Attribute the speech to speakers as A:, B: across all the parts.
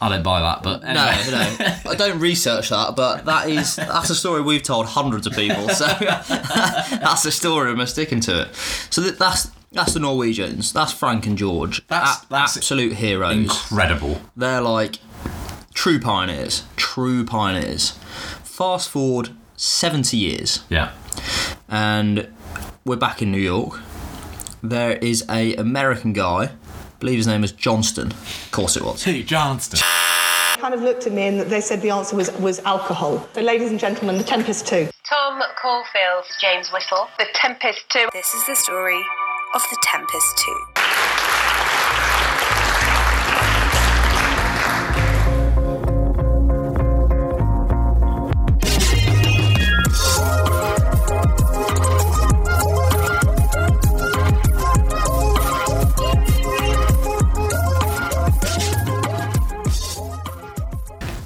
A: I don't buy that, but
B: No,
A: anyway.
B: no. I don't research that, but that is that's a story we've told hundreds of people. So that's the story, and we're sticking to it. So that, that's that's the Norwegians. That's Frank and George.
A: That's-
B: A-
A: that's
B: absolute heroes.
A: incredible.
B: They're like true pioneers. True pioneers. Fast forward seventy years.
A: Yeah,
B: and we're back in New York. There is a American guy, I believe his name was Johnston. Of course it was.
A: Pete Johnston.
C: kind of looked at me and they said the answer was, was alcohol. So, ladies and gentlemen, The Tempest 2.
D: Tom Caulfield, James Whittle, The Tempest 2.
E: This is the story of The Tempest 2.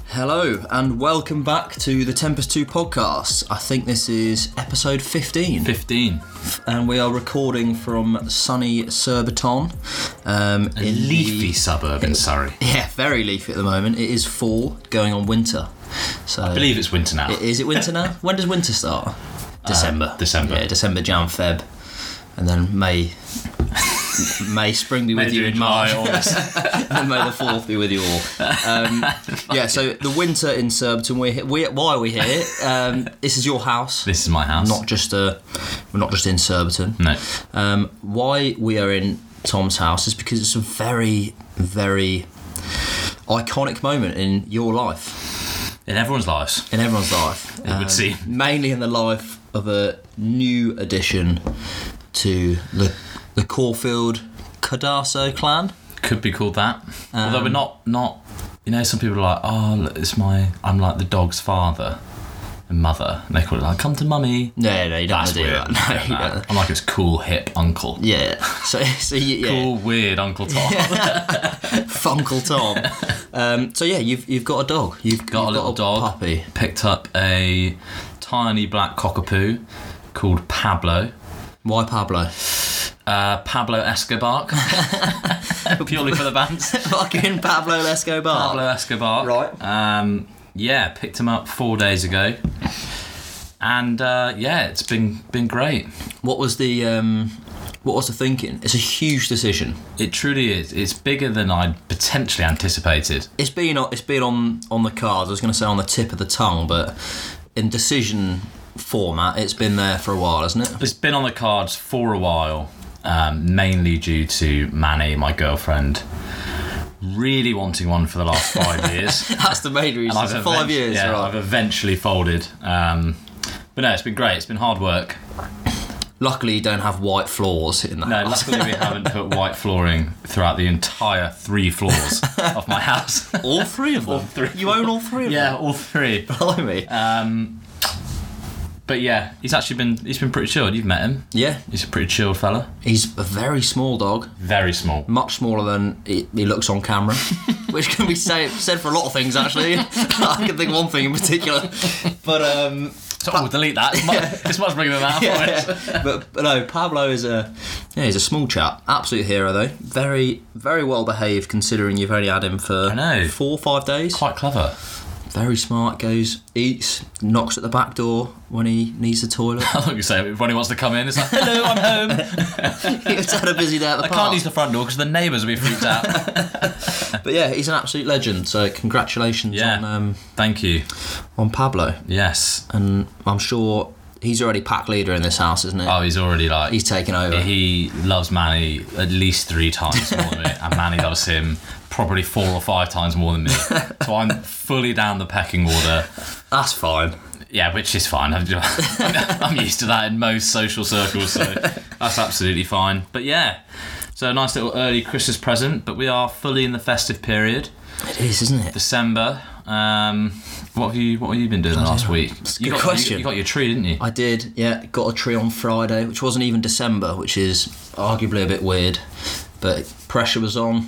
B: Hello and welcome back to the Tempest 2 podcast. I think this is episode 15
A: 15.
B: and we are recording from sunny Surbiton. Um, in the-
A: Leafy suburb in Surrey.
B: Yeah, very leafy at the moment. It is fall going on winter. So
A: I believe it's winter now.
B: Is it winter now? when does winter start? December.
A: December.
B: Yeah, December, Jan, Feb, and then May. May spring be with you
A: June,
B: in
A: July,
B: March, and May the fourth be with you all. Um, yeah, so the winter in Surbiton. We're here, we why are we here? Um, this is your house,
A: This is my house.
B: not just a. We're not just in Surbiton.
A: no.
B: Um, why we are in Tom's house is because it's a very, very iconic moment in your life
A: In everyone's lives.
B: in everyone's life. It
A: would seem.
B: mainly in the life of a new addition to the the Caulfield Cardasso clan.
A: Could be called that. Although we're not not. You know, some people are like, oh, look, it's my. I'm like the dog's father and mother, and they call it like, come to mummy.
B: No, no, you don't want to do that. No,
A: Yeah,
B: you
A: nah.
B: don't.
A: I'm like his cool hip uncle.
B: Yeah. So, so you, yeah,
A: Cool weird Uncle Tom.
B: Funkle Tom. um, so yeah, you've you've got a dog. You've
A: Got
B: you've
A: a little dog.
B: puppy.
A: Picked up a tiny black cockapoo called Pablo.
B: Why Pablo?
A: Uh, Pablo Escobar. Purely for the bands.
B: Fucking Pablo Lesco Bar.
A: Pablo Escobar.
B: Right.
A: Um, yeah, picked him up four days ago. And uh, yeah, it's been been great.
B: What was the um, what was the thinking? It's a huge decision.
A: It truly is. It's bigger than I potentially anticipated.
B: it's been on it's been on on the cards. I was going to say on the tip of the tongue, but in decision format, it's been there for a while, hasn't it?
A: It's been on the cards for a while, um, mainly due to Manny, my girlfriend, really wanting one for the last five years.
B: That's the main reason.
A: I've event-
B: Five years,
A: yeah, I've
B: right?
A: eventually folded. Um, but no, it's been great. It's been hard work.
B: Luckily, you don't have white floors in the
A: No,
B: house.
A: luckily we haven't put white flooring throughout the entire three floors of my house.
B: all three of them. Uh,
A: All three.
B: You own all three of
A: yeah,
B: them.
A: all three. Um,
B: Blimey.
A: But yeah, he's actually been he's been pretty chilled. You've met him.
B: yeah,
A: He's a pretty chilled fella.
B: he's a very small dog,
A: Very small.
B: much smaller than he, he looks on camera, which can be say, said for a lot of things. Actually, I can think of one thing in particular, but um,
A: So, oh, delete that. It's much, it's much bigger than that.
B: but, but no, Pablo is a yeah, he's a small chap, absolute hero though. Very very well behaved considering you've only had him for
A: I know.
B: four or five days.
A: Quite clever.
B: Very smart, goes eats, knocks at the back door when he needs the toilet.
A: I thought you say if anyone wants to come in, it's like hello, I'm home.
B: he's had a busy day at the
A: I
B: park.
A: can't use the front door because the neighbours will be freaked out.
B: But yeah, he's an absolute legend. So congratulations
A: Yeah.
B: on um,
A: Thank you.
B: on Pablo,
A: Yes.
B: and I'm sure he's already pack leader in this house, isn't he?
A: Oh, he's already like
B: he's taken over.
A: He loves Manny at least three times more than me, and Manny loves him probably four or five times more than me. So I'm fully down the pecking order.
B: That's fine.
A: Yeah, which is fine. I'm, just- I'm used to that in most social circles, so that's absolutely fine. But yeah, so a nice little early Christmas present. But we are fully in the festive period,
B: It is, isn't it?
A: December. Um, what have you What have you been doing the last week?
B: a
A: you
B: good
A: got,
B: question.
A: You, you got your tree, didn't you?
B: I did, yeah. Got a tree on Friday, which wasn't even December, which is arguably a bit weird, but pressure was on.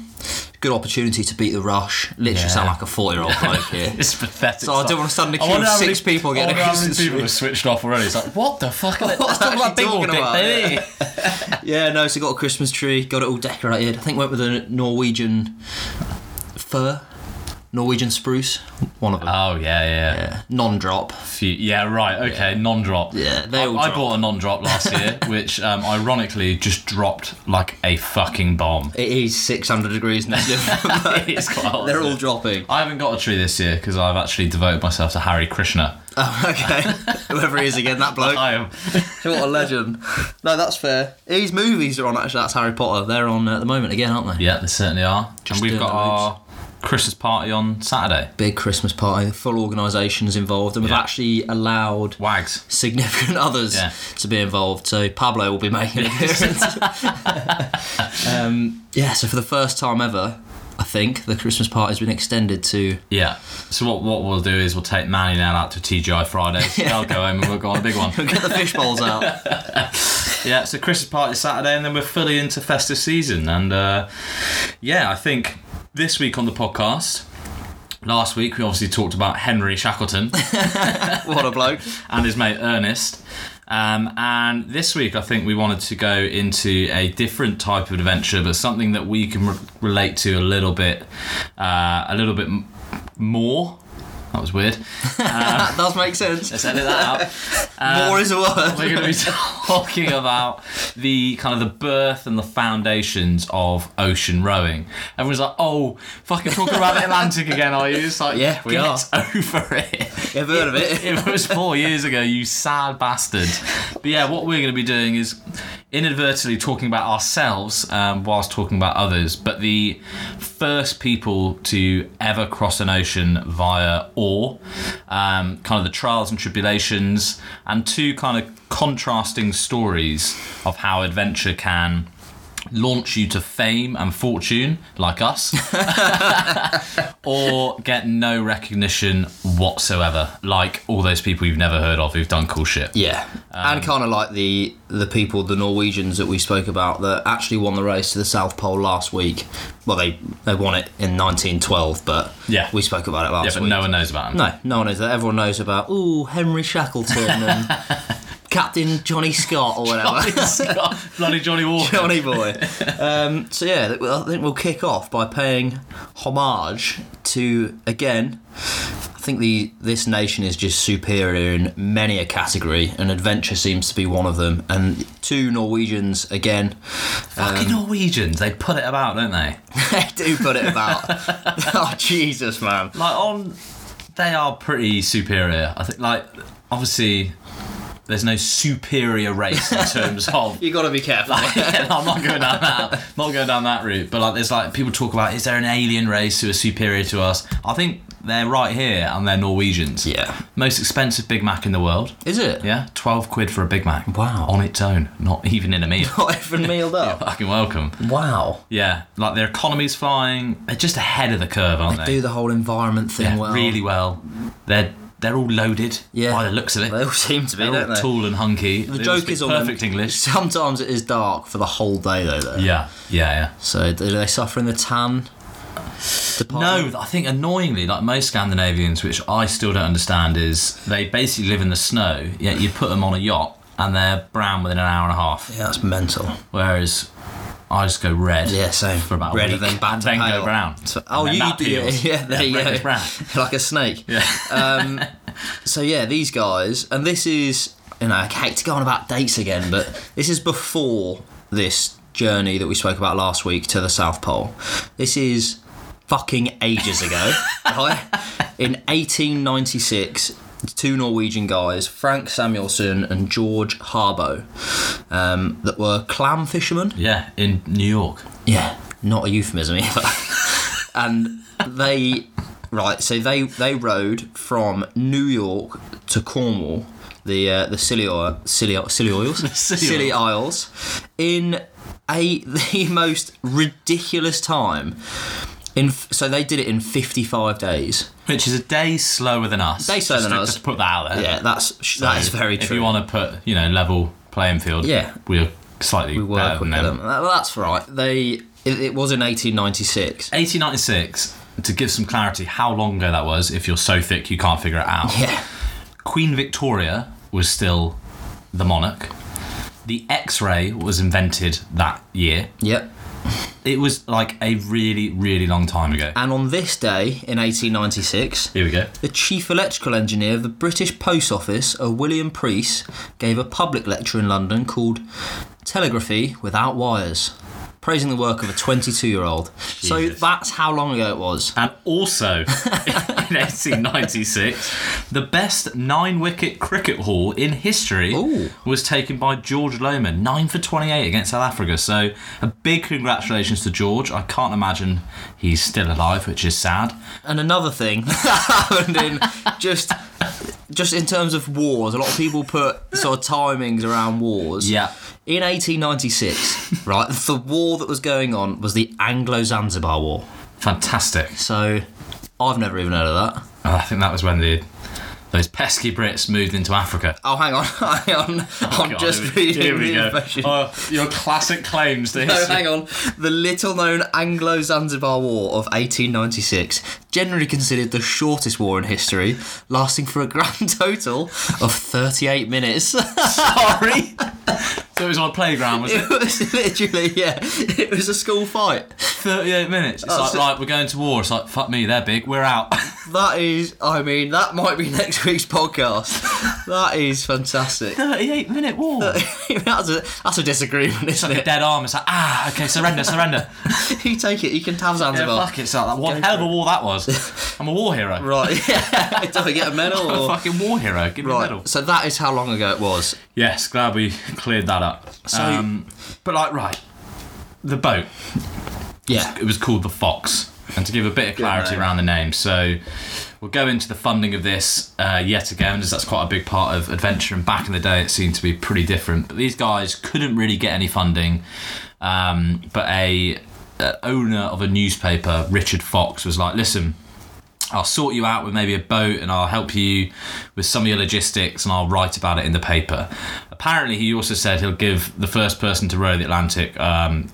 B: Good opportunity to beat the rush. Literally
A: Yeah.
B: sound like a 40 year old bloke here.
A: It's pathetic.
B: So I don't
A: stuff.
B: want to stand in a
A: I
B: queue
A: wonder
B: of
A: how many-
B: six people
A: I
B: getting
A: wonder how
B: across
A: many
B: the
A: people
B: street.
A: have switched off already. It's like, what the fuck? Let's
B: What's
A: talk
B: that
A: about
B: actually
A: big old
B: talking
A: dick,
B: about?
A: baby.
B: Yeah, no, so got a Christmas tree, got it all decorated. I think went with a Norwegian fir. Norwegian spruce, one of them.
A: Oh yeah, yeah. yeah.
B: Non-drop.
A: Few, yeah, right. Okay, non-drop.
B: Yeah, they
A: I,
B: all
A: I
B: drop.
A: bought a non-drop last year, which um, ironically just dropped like a fucking bomb.
B: It is 600 degrees negative.
A: It's quite hot.
B: They're all dropping.
A: I haven't got a tree this year because I've actually devoted myself to Harry Krishna.
B: Oh, okay. Whoever he is again, that bloke.
A: I am.
B: What a legend. No, that's fair. His movies are on, actually. That's Harry Potter. They're on uh, at the moment again, aren't they?
A: Yeah, they certainly are. and
B: Just
A: we've got
B: doing the moves.
A: our Christmas party on Saturday.
B: Big Christmas party, full organisations involved, and we've
A: Yeah.
B: actually allowed
A: Wags.
B: significant others
A: Yeah.
B: to be involved. So Pablo will be making an appearance. um, yeah, so for the first time ever, I think the Christmas party has been extended to.
A: Yeah. So what what we'll do is we'll take Manny now out to TGI Fridays. They'll go home and we'll go on a big one.
B: Get the fish bowls out.
A: Yeah, so Christmas party Saturday, and then we're fully into festive season. And uh, yeah, I think this week on the podcast, last week we obviously talked about Henry Shackleton
B: What a bloke.
A: and his mate Ernest. Um, and this week, I think we wanted to go into a different type of adventure, but something that we can re- relate to a little bit, uh, a little bit m- more. That was weird.
B: That does make sense.
A: Let's edit that out.
B: More
A: uh,
B: is a
A: We're
B: word.
A: going to be talking about the kind of the birth and the foundations of ocean rowing. Everyone's like, "Oh, fucking talking about the Atlantic again, are you?" It's like,
B: Yeah, we
A: get
B: are.
A: over it.
B: You've heard of it.
A: It was four years ago, you sad bastard. But yeah, what we're going to be doing is inadvertently talking about ourselves um, whilst talking about others. But the first people to ever cross an ocean via oar, um, kind of the trials and tribulations, and two kind of contrasting stories of how adventure can launch you to fame and fortune like us or get no recognition whatsoever like all those people you've never heard of who've done cool shit
B: Yeah,
A: Um,
B: and kind of like the the people, the Norwegians that we spoke about that actually won the race to the South Pole last week. Well, they they won it in 1912, but
A: Yeah.
B: we spoke about it last
A: yeah but
B: week.
A: no one knows about them
B: no, no one knows that. Everyone knows about ooh Henry Shackleton and Captain Johnny Scott or whatever.
A: "Oh, bloody johnny walker
B: Johnny boy. Um, so yeah, th- well, I think we'll kick off by paying homage to again. I think the this nation is just superior in many a category, and adventure seems to be one of them. And two Norwegians again,
A: fucking norwegians they put it about don't they
B: they do put it about. oh Jesus, man!
A: like on they are pretty superior i think like obviously there's no superior race in terms of
B: You got to be careful.
A: Yeah, no, I'm not going down that. Not going down that route. But like, there's like people talk about is there an alien race who are superior to us? I think they're right here, and they're Norwegians.
B: Yeah.
A: Most expensive Big Mac in the world.
B: is it?
A: Yeah, twelve quid for a Big Mac.
B: Wow.
A: On its own, not even in a meal.
B: Not even mealed up.
A: Fucking welcome.
B: Wow.
A: Yeah, like their economy's flying. They're just ahead of the curve, aren't they?
B: Do the whole environment thing
A: yeah,
B: well.
A: really well. They're they're all loaded.
B: Yeah.
A: By the looks of it.
B: They all seem to be,
A: They're
B: don't
A: all
B: they?
A: tall and hunky.
B: The joke is on them-
A: perfect English.
B: Sometimes it is dark for the whole day though. Though.
A: Yeah, yeah, yeah.
B: So do they suffer in the tan?
A: No,
B: Department?
A: I think annoyingly, like most Scandinavians, which I still don't understand, is they basically live in the snow. Yet you put them on a yacht and they're brown within an hour and a half.
B: Yeah, that's mental.
A: Whereas I just go red.
B: Yeah, same.
A: for about
B: Redder
A: a week,
B: than bad
A: and
B: to
A: then
B: pale.
A: go brown.
B: So- oh,
A: And
B: you
A: then
B: yeah,
A: that peels.
B: yeah, there you
A: red
B: go.
A: is brown.
B: like a snake.
A: Yeah.
B: Um, so yeah, these guys, and this is you know, I hate to go on about dates again, but this is before this journey that we spoke about last week to the South Pole. This is fucking ages ago. right? In 1896, two Norwegian guys, Frank Samuelson and George Harbo, um, that were clam fishermen.
A: Yeah, in New York.
B: Yeah, not a euphemism either. and they, right, so they they rode from New York to Cornwall, the uh, the Scilly, Isle- Scilly, Scilly Isles,
A: Scilly
B: Scilly Isles, in a the most ridiculous time. In f- so they did it in fifty five days.
A: Which is a day slower than us.
B: Day slower
A: Just
B: than
A: to-
B: us.
A: Just to put that out there.
B: Yeah, that's that is very
A: Uh, If
B: true.
A: you want to put, you know, level playing field.
B: Yeah.
A: we're slightly
B: we
A: better
B: work with
A: than
B: them. That- That's right. They it, it was in eighteen ninety six.
A: 1896, to give some clarity how long ago that was, if you're so thick you can't figure it out,
B: Yeah.
A: Queen Victoria was still the monarch. The X ray was invented that year.
B: Yep.
A: It was like a really, really long time ago.
B: And on this day in 1896,
A: Here we go.
B: the chief electrical engineer of the British Post Office, a William Preece, gave a public lecture in London called Telegraphy Without Wires, praising the work of a 22 year old. So
A: Jesus.
B: that's how long ago it was.
A: And also in 1896, the best nine wicket cricket haul in history
B: Ooh.
A: was taken by George Lohmann, 9 for 28 against South Africa. So a big congratulations to George. I can't imagine he's still alive, which is sad.
B: And another thing that happened in just. Just in terms of wars, a lot of people put sort of timings around wars.
A: Yeah.
B: In 1896, right, the war that was going on was the Anglo Zanzibar War.
A: Fantastic.
B: So I've never even heard of that.
A: And I think that was when the those pesky Brits moved into Africa.
B: Oh, hang on, hang on.
A: Oh,
B: I'm
A: God,
B: just
A: here we-
B: reading
A: here we
B: the
A: go.
B: impression.
A: Oh, your classic claims to
B: No,
A: history.
B: hang on. The little known Anglo Zanzibar War of 1896, generally considered the shortest war in history, lasting for a grand total of 38 minutes.
A: Sorry. so it was on a playground, was it?
B: it was literally, yeah, it was a school fight.
A: 38 minutes. It's like,
B: Oh, so-
A: right, we're going to war. It's like, fuck me, they're big, we're out.
B: That is, I mean, that might be next week's podcast. that is fantastic.
A: 38 minute war.
B: that's, a, that's a disagreement,
A: It's
B: isn't
A: like a
B: it?
A: dead arm. It's like, ah, okay, surrender, surrender.
B: You take it, you can have
A: yeah,
B: Zanzibar.
A: fuck, it's like that. What hell of a war that was. I'm a war hero.
B: Right, yeah. Do I get a medal?
A: I'm a
B: Or...
A: fucking war hero. Give me a medal.
B: Right, so that is how long ago it was.
A: Yes, glad we cleared that up.
B: So-
A: um, but like, right, the boat.
B: Yeah.
A: It was called the Fox. And to give a bit of clarity
B: name.
A: around the name, so we'll go into the funding of this uh, yet again, as that's quite a big part of adventure. And back in the day, it seemed to be pretty different. But these guys couldn't really get any funding. Um, but a uh, owner of a newspaper, Richard Fox, was like, "Listen, I'll sort you out with maybe a boat and I'll help you with some of your logistics and I'll write about it in the paper. Apparently, he also said he'll give the first person to row the Atlantic um,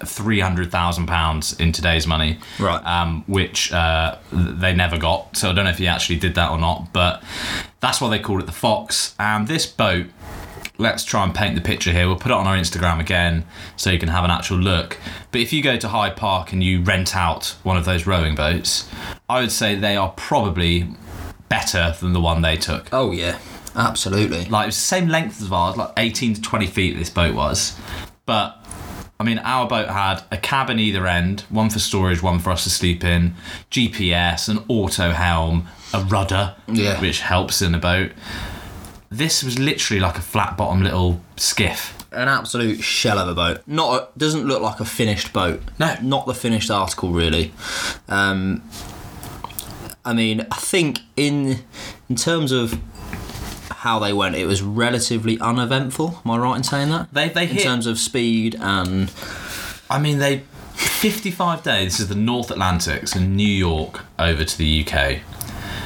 A: £300,000 in today's money,
B: Right.
A: um, which uh, th- they never got. So I don't know if he actually did that or not, but that's why they called it the Fox. And this boat let's try and paint the picture here. We'll put it on our Instagram again so you can have an actual look. But if you go to Hyde Park and you rent out one of those rowing boats, I would say they are probably better than the one they took.
B: Oh, yeah, absolutely.
A: Like it was the same length as ours, like 18 to 20 feet this boat was. But I mean, our boat had a cabin either end, one for storage, one for us to sleep in, GPS, an auto helm, a rudder,
B: Yeah.
A: which helps in a boat. This was literally like a flat bottom little skiff.
B: An absolute shell of a boat. Not a, doesn't look like a finished boat.
A: No.
B: not the finished article really. Um, I mean, I think in in terms of how they went, it was relatively uneventful. Am I right in saying that?
A: They they
B: in
A: hit.
B: terms of speed and
A: I mean, they 55 days. This is the North Atlantic, so New York over to the UK.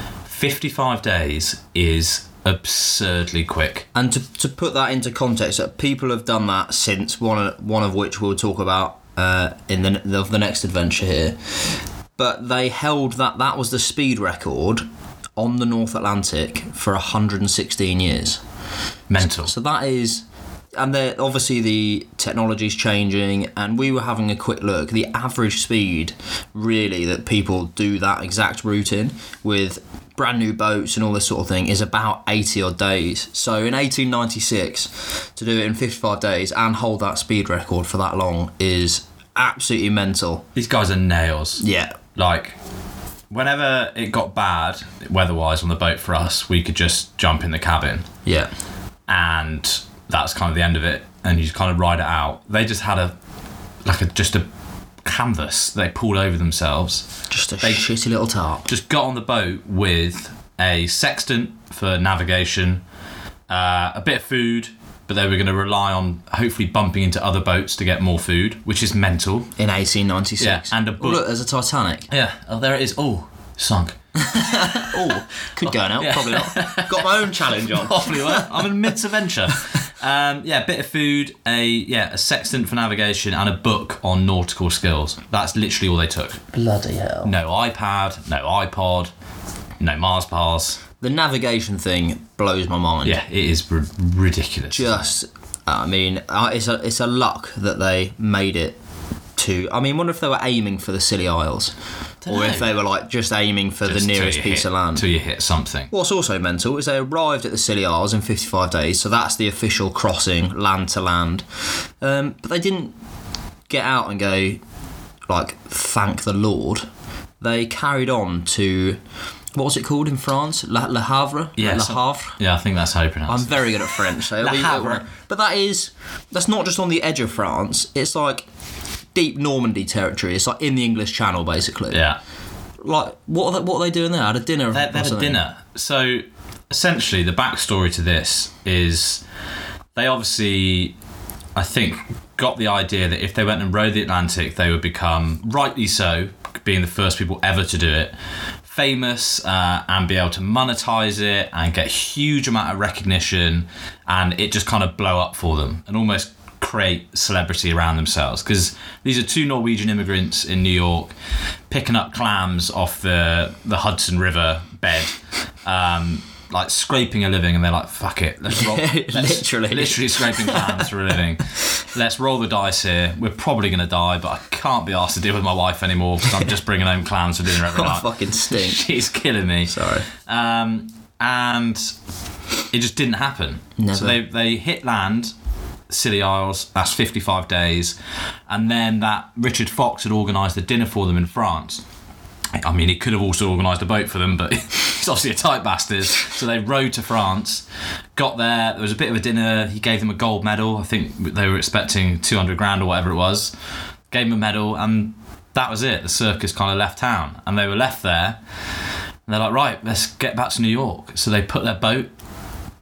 A: 55 days is absurdly quick.
B: And to, to put that into context, that people have done that since one of, one of which we'll talk about uh, in the of the next adventure here. But they held that that was the speed record on the North Atlantic for 116 years.
A: Mental.
B: So that is, and they're- obviously the technology's changing. And we were having a quick look. The average speed, really, that people do that exact route in with brand new boats and all this sort of thing is about 80 odd days. So in 1896, to do it in 55 days and hold that speed record for that long is absolutely mental.
A: These guys are nails.
B: Yeah.
A: Like, whenever it got bad weather-wise on the boat for us, we could just jump in the cabin.
B: Yeah.
A: and that's kind of the end of it and you just kind of ride it out they just had a like a just a canvas they pulled over themselves
B: Just a shitty little tarp.
A: just got on the boat with a sextant for navigation uh, a bit of food but they were going to rely on hopefully bumping into other boats to get more food which is mental
B: In 1896.
A: Yeah, and a
B: Oh,
A: book.
B: look, there's a Titanic.
A: yeah oh there it is oh sunk
B: Oh, could go now.
A: Yeah.
B: Probably not. Got my own challenge on.
A: Probably won't. I'm in midst of venture. Um, yeah, a bit of food, a yeah, a sextant for navigation, and a book on nautical skills. That's literally all they took.
B: Bloody hell.
A: No iPad, no iPod, no Mars bars.
B: The navigation thing blows my mind.
A: Yeah, it is r- ridiculous.
B: uh, Just, I mean, uh, it's a it's a luck that they made it to. I mean, wonder if they were aiming for the Scilly Isles, or if
A: know.
B: they were like just aiming for
A: Just
B: the
A: till
B: nearest
A: you
B: piece
A: hit-
B: of land.
A: Till you hit something.
B: What's also mental is they arrived at the Scilly Isles in 55 days, so that's the official crossing, land to land. Um, but they didn't get out and go, like, thank the Lord. They carried on to, what was it called in France? La, Le Havre?
A: Yeah,
B: Le
A: some-
B: Havre?
A: Yeah, I think that's how you
B: I'm
A: pronounce it.
B: very good at French. So
A: Le
B: we- uh,
A: Havre.
B: But that is, that's not just on the edge of France, it's like deep Normandy territory. It's like in the English Channel, basically.
A: Yeah.
B: Like, what are they, what are they doing there? At a dinner?
A: They, they
B: or
A: had a
B: something?
A: dinner. So essentially, the backstory to this is they obviously, I think, got the idea that if they went and rode the Atlantic, they would become, rightly so, being the first people ever to do it, famous uh, and be able to monetize it and get huge amount of recognition, and it just kind of blow up for them and almost create celebrity around themselves because these are two Norwegian immigrants in New York picking up clams off the the Hudson River bed um like scraping a living and they're like fuck it let's roll let's-
B: Literally.
A: literally scraping clams for a living let's roll the dice here we're probably gonna die but I can't be asked to deal with my wife anymore because I'm just bringing home clams for dinner every
B: Oh,
A: night
B: fucking stink.
A: she's killing me
B: Sorry.
A: um, and it just didn't happen.
B: Never.
A: So they they hit land, Scilly Isles. That's fifty five days, and then that Richard Fox had organised a dinner for them in France. I mean, he could have also organised a boat for them, but he's obviously a tight bastard. So they rowed to France, got there. There was a bit of a dinner. He gave them a gold medal. I think they were expecting two hundred grand or whatever it was. Gave them a medal, and that was it. The circus kind of left town, and they were left there. And they're like, right, let's get back to New York. So they put their boat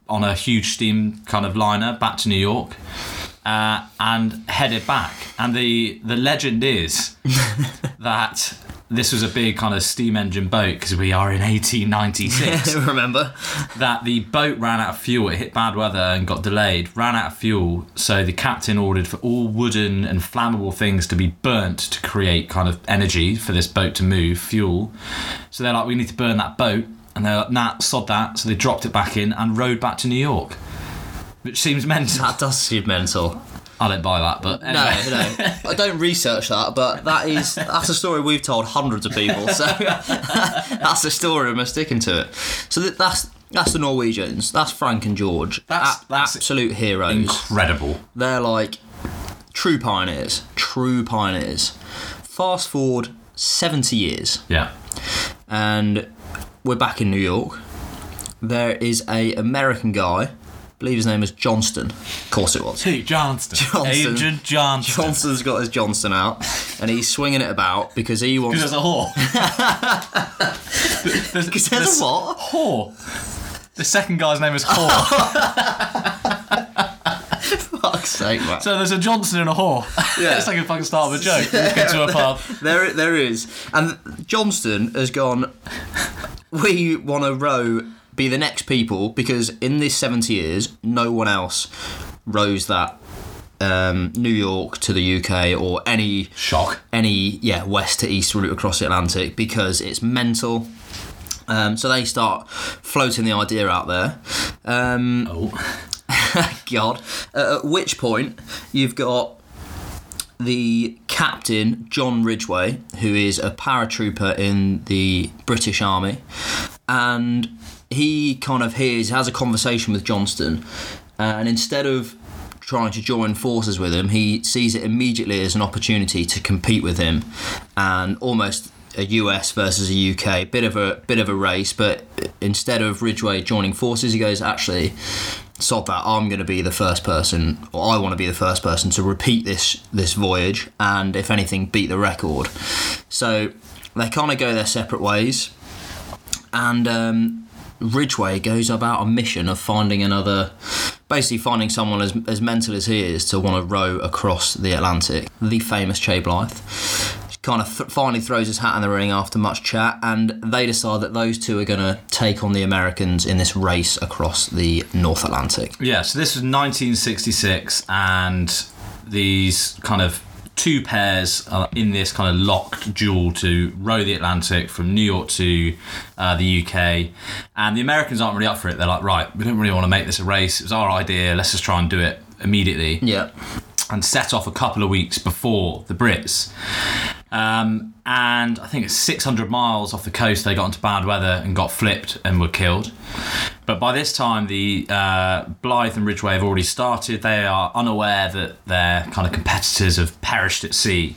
A: on a huge steam kind of liner back to New York uh, and headed back. And the, the legend is that this was a big kind of steam engine boat because we are in 1896
B: Remember?
A: that the boat ran out of fuel. It hit bad weather and got delayed. Ran out of fuel, so the captain ordered for all wooden and flammable things to be burnt to create kind of energy for this boat to move fuel. So they're like, we need to burn that boat, and they're like, nah, sod that. So they dropped it back in and rowed back to New York, which seems mental.
B: That does seem mental.
A: I don't buy that, but
B: No,
A: anyway.
B: no. I don't research that, but that is that's a story we've told hundreds of people. So that's the story and we're sticking to it. So that, that's that's the Norwegians. That's Frank and George.
A: That's- that's
B: absolute heroes.
A: incredible.
B: They're like true pioneers. True pioneers. Fast forward seventy years.
A: Yeah,
B: and we're back in New York. There is a American guy, I believe his name is Johnston. Of course it was.
A: Pete Johnston,
B: Johnston.
A: Agent Johnston.
B: Johnston's got his Johnston out, and he's swinging it about because he wants.
A: Because there's a whore.
B: Because there's a what?
A: Whore. The second guy's name is Whore.
B: Fuck's sake, man.
A: So there's a Johnson and a whore.
B: Yeah.
A: it's like a fucking start of a joke. Walk into a pub.
B: There, there is, and Johnston has gone. We want to row, be the next people because in this seventy years, no one else rows that um, New York to the UK or any
A: Shock.
B: any yeah west to east route across the Atlantic because it's mental. Um, so they start floating the idea out there. Um,
A: Oh.
B: God, uh, at which point you've got the captain John Ridgway, who is a paratrooper in the British Army, and he kind of hears has a conversation with Johnston, and instead of trying to join forces with him, he sees it immediately as an opportunity to compete with him, and almost a US versus a UK bit of a bit of a race. But instead of Ridgway joining forces, he goes actually. Sod that! I'm going to be the first person, or I want to be the first person to repeat this this voyage, and if anything, beat the record. So they kind of go their separate ways and um, Ridgway goes about a mission of finding another, basically finding someone as, as mental as he is to want to row across the Atlantic. The famous Che Blythe kind of th- finally throws his hat in the ring after much chat, and they decide that those two are going to take on the Americans in this race across the North Atlantic.
A: Yeah, so this was 1966, and these kind of two pairs are in this kind of locked duel to row the Atlantic from New York to uh, the UK. And the Americans aren't really up for it. They're like, right, we don't really want to make this a race. It was our idea. Let's just try and do it immediately.
B: Yeah,
A: and set off a couple of weeks before the Brits. Um, and I think it's 600 miles off the coast, they got into bad weather and got flipped and were killed. But by this time, the uh, Blythe and Ridgway have already started. They are unaware that their kind of competitors have perished at sea.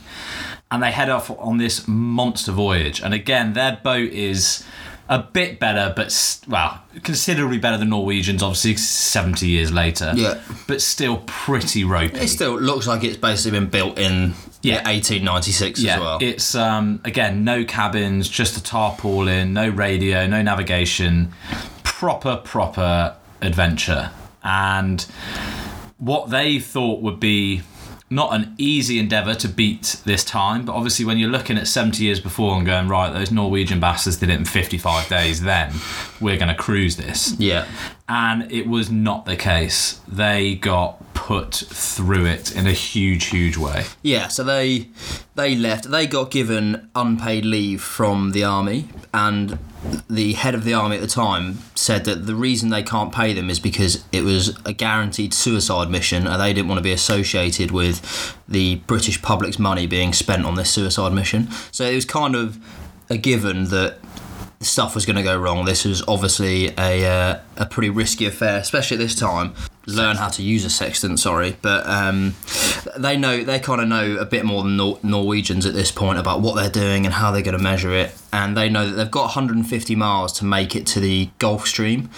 A: And they head off on this monster voyage. And again, their boat is a bit better, but, s- well, considerably better than Norwegians, obviously, 70 years later.
B: Yeah.
A: But still pretty ropey.
B: It still looks like it's basically been built in yeah,
A: Yeah.
B: 1896 as well.
A: It's um again no cabins, just a tarpaulin, no radio, no navigation, proper proper adventure. And what they thought would be not an easy endeavour to beat this time, but obviously when you're looking at 70 years before and going right, those Norwegian bastards did it in 55 days. Then we're going to cruise this
B: yeah.
A: and it was not the case. They got put through it in a huge, huge way.
B: Yeah, so they they left. They got given unpaid leave from the army, and the head of the army at the time said that the reason they can't pay them is because it was a guaranteed suicide mission, and they didn't want to be associated with the British public's money being spent on this suicide mission. So it was kind of a given that stuff was going to go wrong. This was obviously a uh, a pretty risky affair, especially at this time. Learn how to use a sextant, sorry, but um, they know they kind of know a bit more than Nor- Norwegians at this point about what they're doing and how they're going to measure it, and they know that they've got 150 miles to make it to the Gulf Stream,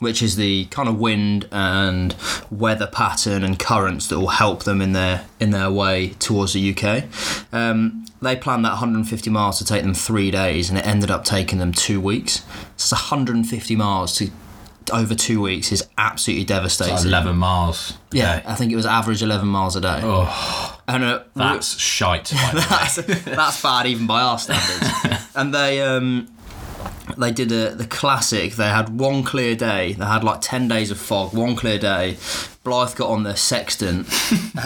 B: which is the kind of wind and weather pattern and currents that will help them in their in their way towards the UK. Um, they planned that 150 miles to take them three days, and it ended up taking them two weeks. So it's 150 miles to over two weeks is absolutely devastating.
A: It's 11 miles. a
B: Yeah,
A: day.
B: I think it was average 11 miles a day. Oh, and uh,
A: That's shite. by the way.
B: that's, that's bad even by our standards. and they um, they did a, the classic. They had one clear day. They had like ten days of fog. One clear day. Blythe got on their sextant.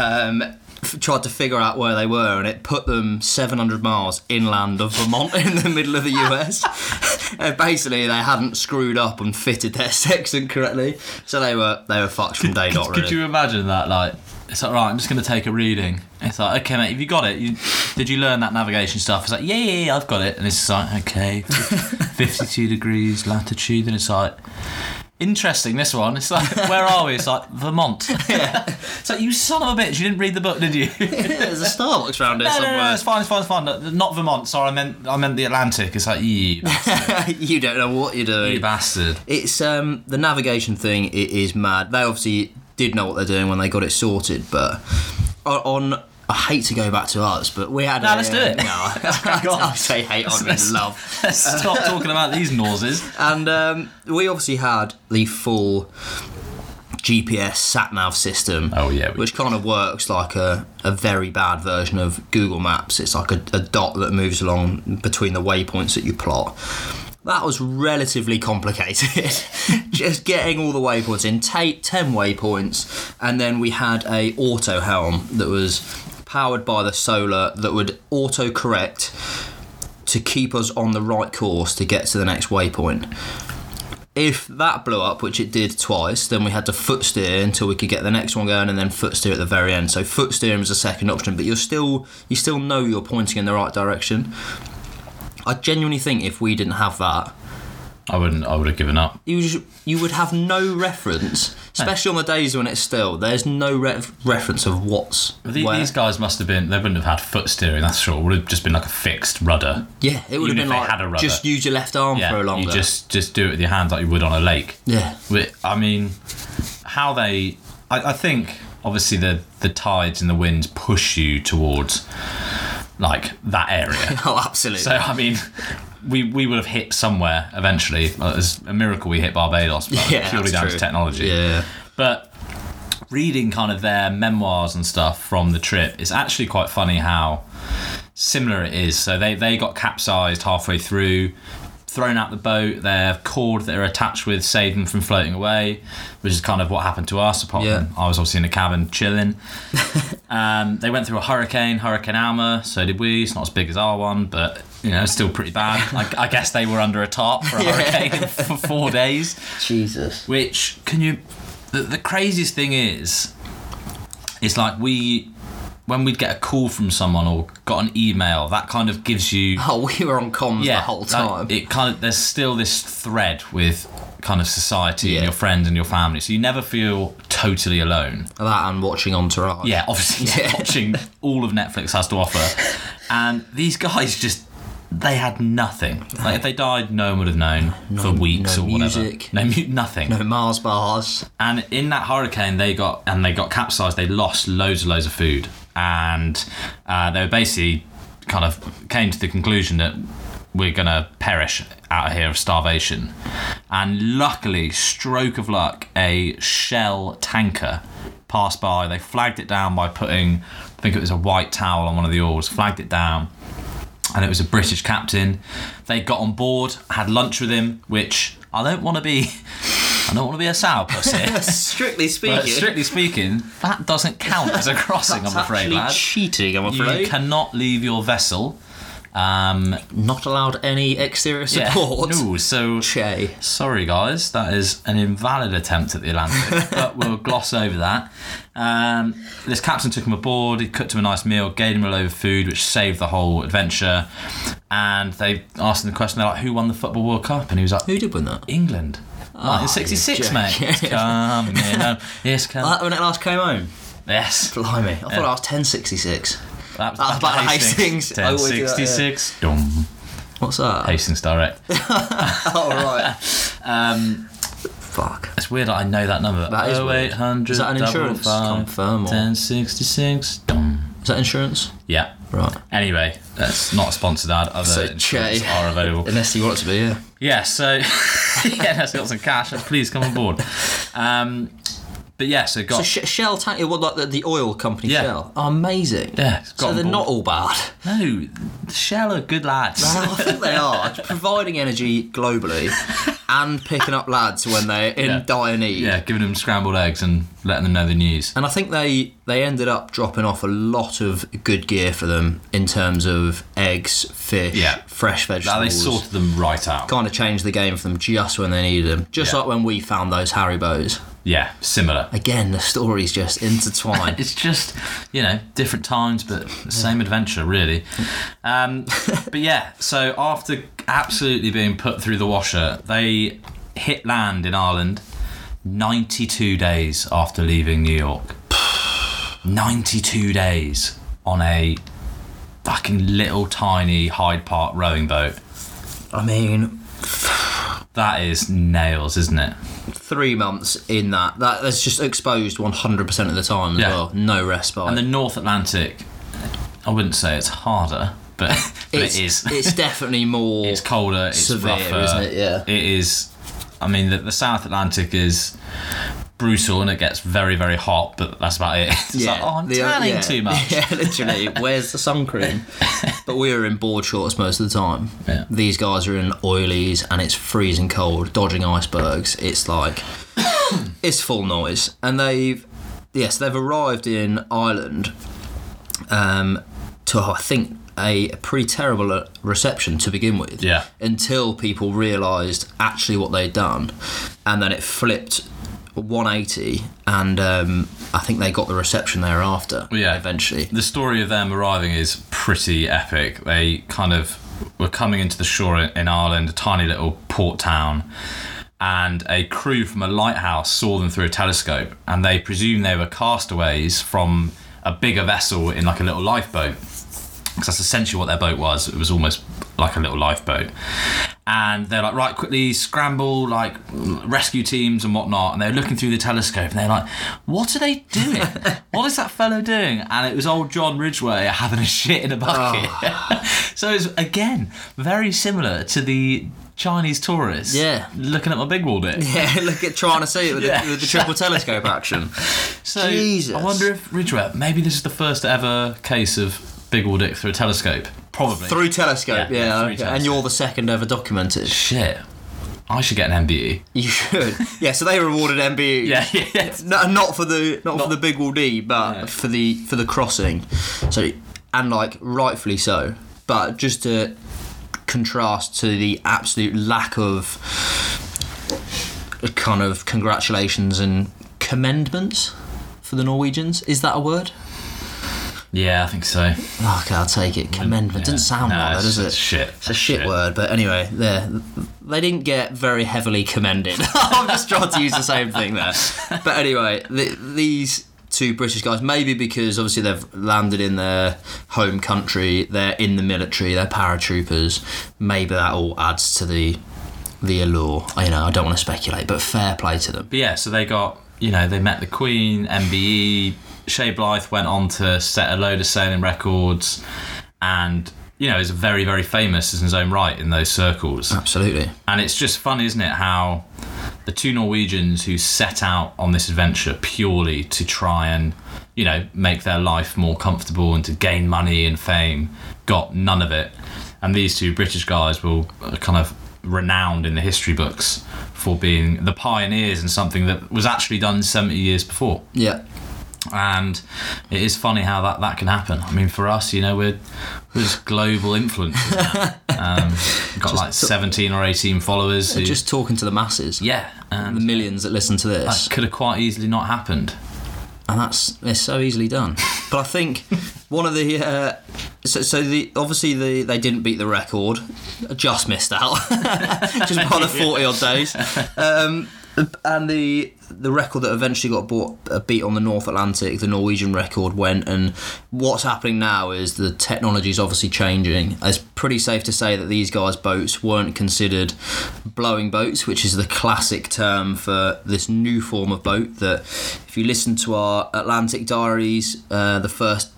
B: um, f- Tried to figure out where they were, and it put them 700 miles inland of Vermont in the middle of the US. And basically, they hadn't screwed up and fitted their sextant correctly, so they were they were fucked from day dot. Really.
A: Could you imagine that? Like, it's like, right, I'm just going to take a reading. It's like, okay, mate, have you got it? You, did you learn that navigation stuff? It's like, yeah, yeah, yeah, I've got it. And it's just like, okay, 52 degrees latitude. And it's like, interesting, this one. It's like, where are we? It's like, Vermont. it's like, you son of a bitch, you didn't read the book, did you?
B: There's a Starbucks round here
A: No, no,
B: somewhere.
A: no, it's fine, it's fine, it's fine. No, Not Vermont. Sorry, I meant I meant the Atlantic. It's like you,
B: you don't know what you're doing.
A: you bastard.
B: It's um the navigation thing. It is mad. They obviously did know what they're doing when they got it sorted, but on. on- I hate to go back to us, but we had.
A: No,
B: a-
A: let's do it.
B: No, I say hate. I mean love.
A: Let's stop talking about these noises.
B: And um, we obviously had the full GPS sat nav system.
A: Oh, yeah, we-
B: which kind of works like a, a very bad version of Google Maps. It's like a, a dot that moves along between the waypoints that you plot. That was relatively complicated. Just getting all the waypoints in, take ten waypoints, and then we had a auto helm that was powered by the solar that would auto correct to keep us on the right course to get to the next waypoint. If that blew up, which it did twice, then we had to foot steer until we could get the next one going, and then foot steer at the very end. So foot steering was a second option, but you're still you still know you're pointing in the right direction. I genuinely think if we didn't have that,
A: I wouldn't. I would have given up.
B: you just, you would have no reference, especially on the days when it's still. There's no ref reference of what's
A: The-
B: where.
A: These guys must have been. They wouldn't have had foot steering. That's sure. It would have just been like a fixed rudder.
B: yeah, it would
A: even
B: have been
A: if they
B: like
A: had a rudder.
B: just use your left arm for a longer.
A: you just just do it with your hands like you would on a lake.
B: yeah,
A: But, I mean, how they? I, I think obviously the the tides and the winds push you towards like that area.
B: oh absolutely.
A: So I mean, we we would have hit somewhere eventually. Well, It's a miracle we hit Barbados, but
B: Yeah,
A: purely
B: that's
A: down
B: true.
A: to technology.
B: yeah.
A: But reading kind of their memoirs and stuff from the trip, it's actually quite funny how similar it is. So they they got capsized halfway through. Thrown out the boat, their cord that they're attached with saved them from floating away, which is kind of what happened to us. Apart
B: Yeah.
A: from I was obviously in a cabin chilling. Um, they went through a hurricane, Hurricane Alma. So did we. It's not as big as our one, but you know, it's still pretty bad. I, I guess they were under a tarp for a hurricane for four days.
B: Jesus.
A: Which can you? The, the craziest thing is, it's like we when we'd get a call from someone or got an email, that kind of gives you
B: Oh, we were on comms the whole
A: like,
B: time.
A: it kind of there's still this thread with kind of society
B: Yeah.
A: and your friends and your family, so you never feel totally alone.
B: that and watching Entourage.
A: Yeah, obviously
B: Yeah.
A: watching all of Netflix has to offer, and these guys just. They had nothing. Like if they died, no one would have known for weeks
B: no
A: or whatever.
B: music.
A: No mu- nothing.
B: No Mars bars.
A: And in that hurricane, they got and they got capsized. They lost loads and loads of food, and uh, they were basically kind of came to the conclusion that we're gonna perish out here of starvation. And luckily, stroke of luck, a Shell tanker passed by. They flagged it down by putting, I think it was a white towel on one of the oars. Flagged it down and it was a British captain. They got on board, had lunch with him, which I don't want to be. I don't want to be a sourpuss here.
B: Strictly speaking,
A: but strictly speaking, that doesn't count as a crossing. I'm afraid,
B: actually
A: lad.
B: cheating. I'm
A: You
B: afraid.
A: cannot leave your vessel. Um,
B: Not allowed any exterior
A: yeah,
B: support.
A: no. So
B: Che.
A: Sorry, guys, that is an invalid attempt at the Atlantic, but we'll gloss over that. Um, this captain took him aboard, he cooked him a nice meal, gave him a load of food, which saved the whole adventure. And they asked him the question, they're like, Who won the Football World Cup? And he was like,
B: Who did win that?
A: England. 1966,
B: Oh, you're
A: mate.
B: joking.
A: Come in, um, yes, come.
B: Like when it last came home.
A: yes, that
B: Blimey, I thought I was 1066.
A: was
B: That's
A: back
B: about
A: at
B: Hastings. I always do that, yeah.
A: 1066. Dum.
B: What's that?
A: Hastings Direct.
B: Oh, right.
A: Um,
B: Fuck.
A: It's weird that I know that number.
B: That is weird.
A: 0800
B: Is that an insurance
A: 55
B: confirm or-
A: 1066. Dum.
B: Is that insurance?
A: Yeah.
B: Right.
A: Anyway, that's not a sponsored ad. Other
B: So,
A: insurance
B: Che.
A: are available. Oh.
B: Unless you want it to be, yeah.
A: Yeah. So, yeah, that's got some cash. Please come on board. Um, but yeah, so got
B: So sh- Shell tank, it was like the, the oil company
A: Yeah.
B: Shell. Oh, amazing.
A: Yeah, it's
B: So
A: gotten
B: they're
A: bored.
B: not all bad.
A: no Shell are good lads.
B: I think they are. It's providing energy globally and picking up lads when they're in
A: Yeah.
B: dire need.
A: Yeah, giving them scrambled eggs and letting them know the news.
B: And I think they, they ended up dropping off a lot of good gear for them in terms of eggs, fish,
A: Yeah.
B: fresh
A: Now they
B: vegetables.
A: sorted them right out.
B: kind of changed the game for them just when they needed them. Just
A: Yeah.
B: like when we found those Haribos.
A: Yeah, similar.
B: Again, the stories just intertwined.
A: It's just, you know, different times, but same adventure, really. Um, but yeah, so after absolutely being put through the washer, they hit land in Ireland 92 days after leaving New York. 92 days on a fucking little tiny Hyde Park rowing boat.
B: I mean,
A: That is nails, isn't it?
B: three months in that. that that's just exposed 100% of the time as
A: Yeah.
B: well. No respite.
A: And the North Atlantic, I wouldn't say it's harder, but, but
B: it's,
A: it is.
B: it's definitely more.
A: it's colder, it's
B: severe,
A: rougher,
B: isn't it? Yeah.
A: it is. I mean, the, the South Atlantic is brutal and it gets very, very hot, but that's about it. It's like, oh, I'm
B: the-
A: tanning
B: yeah.
A: too much.
B: Yeah, literally. Where's the sun cream? but we were in board shorts most of the time.
A: Yeah.
B: These guys are in oilies and it's freezing cold, dodging icebergs. It's like, it's full noise. And they've, yes, they've arrived in Ireland um, to, I think, a pretty terrible uh, reception to begin with.
A: Yeah.
B: Until people realised actually what they'd done. And then it flipped 180, and um, I think they got the reception thereafter.
A: Yeah.
B: Eventually.
A: The story of them arriving is pretty epic. They kind of were coming into the shore in Ireland, a tiny little port town, and a crew from a lighthouse saw them through a telescope, and they presumed they were castaways from a bigger vessel in like a little lifeboat. Because that's essentially what their boat was. It was almost like a little lifeboat. And they're like, right, quickly scramble, like rescue teams and whatnot. And they're looking through the telescope and they're like, what are they doing? what is that fellow doing? And it was old John Ridgway having a shit in a bucket.
B: Oh.
A: so it's, again, very similar to the Chinese tourists.
B: Yeah.
A: Looking at my big wall dick.
B: Yeah, look at trying to see it with,
A: Yeah.
B: the, with the triple telescope action.
A: So
B: Jesus.
A: I wonder if Ridgway, maybe this is the first ever case of big wall dick through a telescope. Probably.
B: Through telescope, yeah.
A: Yeah, yeah, through
B: okay. And you're
A: telescope.
B: the second ever documented.
A: Shit. I should get an E. MBE.
B: You should. Yeah, so they were awarded MBE.
A: yeah.
B: No, not for the not, for the big wall D, but
A: No.
B: for the for the crossing. So and like rightfully so, but just to contrast to the absolute lack of kind of congratulations and commendments for the Norwegians. Is that a word?
A: Yeah, I think so.
B: Fuck, I'll take it. Commendment. Doesn't sound
A: No,
B: right, though,
A: it's-
B: does it?
A: it's shit.
B: It's a
A: It's
B: shit,
A: shit.
B: word, but anyway, there. They didn't get very heavily commended. I'm just trying to use the same thing there. But anyway, th these two British guys, maybe because obviously they've landed in their home country, they're in the military, they're paratroopers. Maybe that all adds to the the allure. You know, I don't want to speculate, but fair play to them.
A: But yeah, so they got, you know, they met the Queen, MBE. Shea Blythe went on to set a load of sailing records and, you know, is very, very famous in his own right in those circles.
B: Absolutely.
A: And it's just fun, isn't it, how the two Norwegians who set out on this adventure purely to try and, you know, make their life more comfortable and to gain money and fame got none of it. And these two British guys were kind of renowned in the history books for being the pioneers in something that was actually done 70 years before.
B: Yeah.
A: And it is funny how that, that can happen. I mean, for us, you know, we're, we're just global influencers now. Um, we've got like 17 or 18 followers. Who,
B: Just talking to the masses.
A: yeah,
B: The
A: and
B: millions that listen to this.
A: could have quite easily not happened.
B: and that's it's so easily done. But I think one of the uh, so, so the obviously the they didn't beat the record, just missed out, just by the forty odd days, um, and the the record that eventually got bought uh, beat on the North Atlantic, the Norwegian record went. And what's happening now is the technology is obviously changing. It's pretty safe to say that these guys' boats weren't considered blowing boats, which is the classic term for this new form of boat. That if you listen to our Atlantic Diaries, uh, the first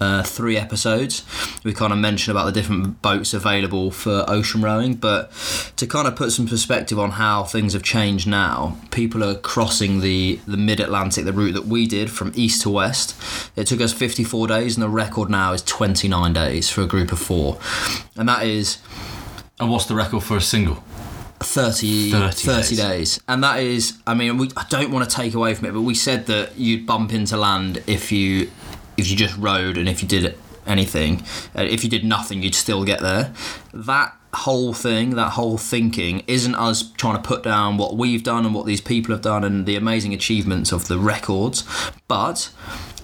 B: uh, three episodes. We kind of mentioned about the different boats available for ocean rowing, but to kind of put some perspective on how things have changed now, people are crossing the, the mid Atlantic, the route that we did from east to west. It took us 54 days, and the record now is 29 days for a group of four. And that is
A: And what's the record for a single?
B: 30,
A: 30
B: 30 days.
A: days.
B: And that is, I mean, we, I don't want to take away from it, but we said that you'd bump into land if you if you just rode and if you did anything. Uh, If you did nothing, you'd still get there. That whole thing, that whole thinking, isn't us trying to put down what we've done and what these people have done and the amazing achievements of the records, but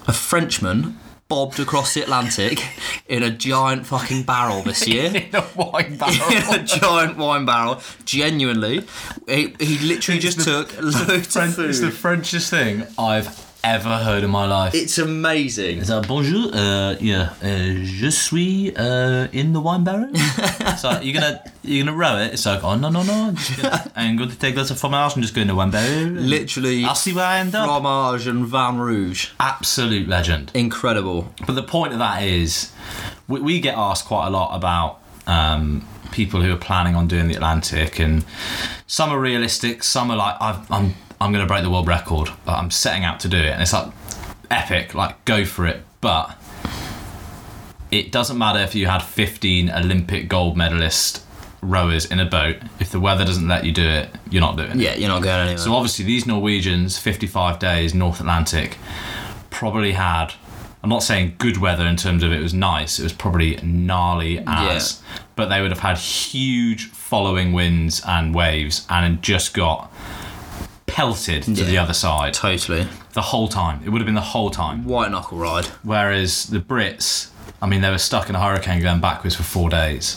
B: a Frenchman bobbed across the Atlantic in a giant fucking barrel this year in a giant wine barrel. Genuinely, he, he literally just took loads of food.
A: It's the Frenchest thing I've ever heard in my life.
B: it's amazing.
A: It's like, bonjour, uh, yeah, uh, je suis uh, in the wine barrel. it's like, you're gonna you're gonna row it. It's like, oh no no no, I'm, just gonna, I'm going to take lots of fromage and just go in the wine barrel.
B: Literally,
A: I'll see where I end up.
B: fromage and Van Rouge.
A: Absolute legend.
B: Incredible.
A: But the point of that is, we, we get asked quite a lot about um, people who are planning on doing the Atlantic, and some are realistic, some are like, I've, I'm I'm going to break the world record. Like, I'm setting out to do it, and it's like epic, like go for it. But it doesn't matter if you had 15 Olympic gold medalist rowers in a boat. If the weather doesn't let you do it, you're not doing it.
B: Yeah, you're not going anywhere.
A: So obviously these Norwegians, 55 days North Atlantic, probably had. I'm not saying good weather in terms of it was nice. It was probably gnarly as, but they would have had huge following winds and waves and just got pelted to the
B: Yeah.
A: other side
B: totally
A: the whole time. It would have been the whole time.
B: white knuckle ride.
A: Whereas the Brits, I mean, they were stuck in a hurricane going backwards for four days,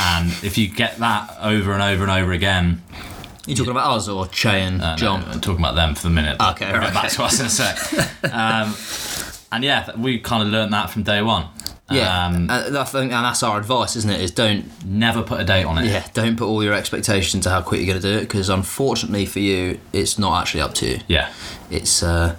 A: and if you get that over and over and over again,
B: You talking about us or Che and
A: no,
B: John?
A: I'm Uh, talking about them for the minute. but
B: Okay,
A: we'll get
B: right.
A: back to us in a sec. um, and yeah, th- we kind of learnt that from day one.
B: Yeah,
A: Um,
B: and, I think, and that's our advice, isn't it? Is don't
A: never put a date on it.
B: yeah, don't put all your expectations to how quick you're going to do it because unfortunately for you, it's not actually up to you.
A: Yeah.
B: it's uh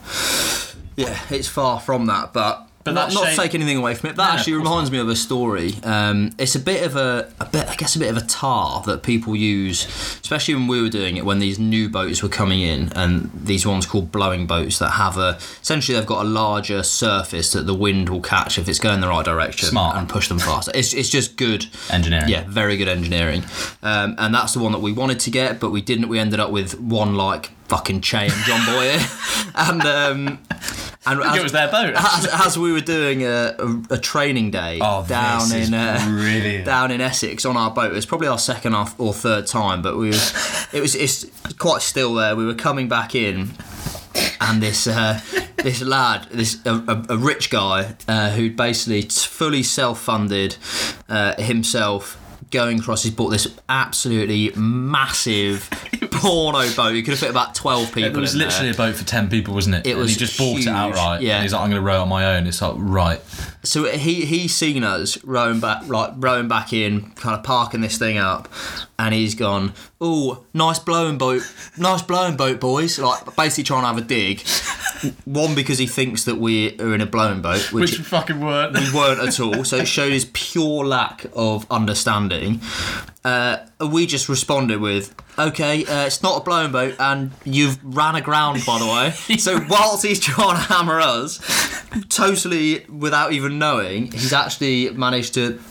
B: yeah it's far from that but
A: But
B: not,
A: that
B: not
A: shape-
B: to take anything away from it that
A: No,
B: actually
A: of course
B: reminds me of a story um, it's a bit of a, a bit i guess a bit of a tar that people use especially when we were doing it when these new boats were coming in and these ones called blowing boats that have a essentially they've got a larger surface that the wind will catch if it's going the right direction
A: Smart.
B: and push them faster it's, it's just good
A: Engineering.
B: yeah, very good engineering. Um, and that's the one that we wanted to get, but we didn't. We ended up with one like fucking Che and John Boyer. and um, and as,
A: it was their boat,
B: As, as we were doing a, a, a training day
A: Oh, this
B: down
A: is
B: in uh,
A: brilliant.
B: down in Essex on our boat, it was probably our second or, or third time, but we was, it was it's quite still there. We were coming back in, and this uh, this lad, this a, a, a rich guy uh, who basically t- fully self-funded uh, himself. Going across, he's bought this absolutely massive porno boat. You could have fit about twelve
A: It
B: people.
A: was
B: in there.
A: literally a boat for ten people, wasn't it?
B: It
A: and
B: was
A: he just bought
B: huge,
A: it outright.
B: yeah.
A: And he's like, I'm going to row on my own. It's like, right.
B: So he he's seen us rowing back, like rowing back in, kind of parking this thing up, and he's gone. Oh, nice blowing boat, nice blowing boat, boys. Like basically trying to have a dig. One because he thinks that we are in a blowing boat, which,
A: Which we fucking weren't.
B: we weren't at all. So it showed his pure lack of understanding. Uh, we just responded with, "Okay, uh, it's not a blown boat, and you've ran aground, by the way." so whilst he's trying to hammer us, totally without even knowing, he's actually managed to.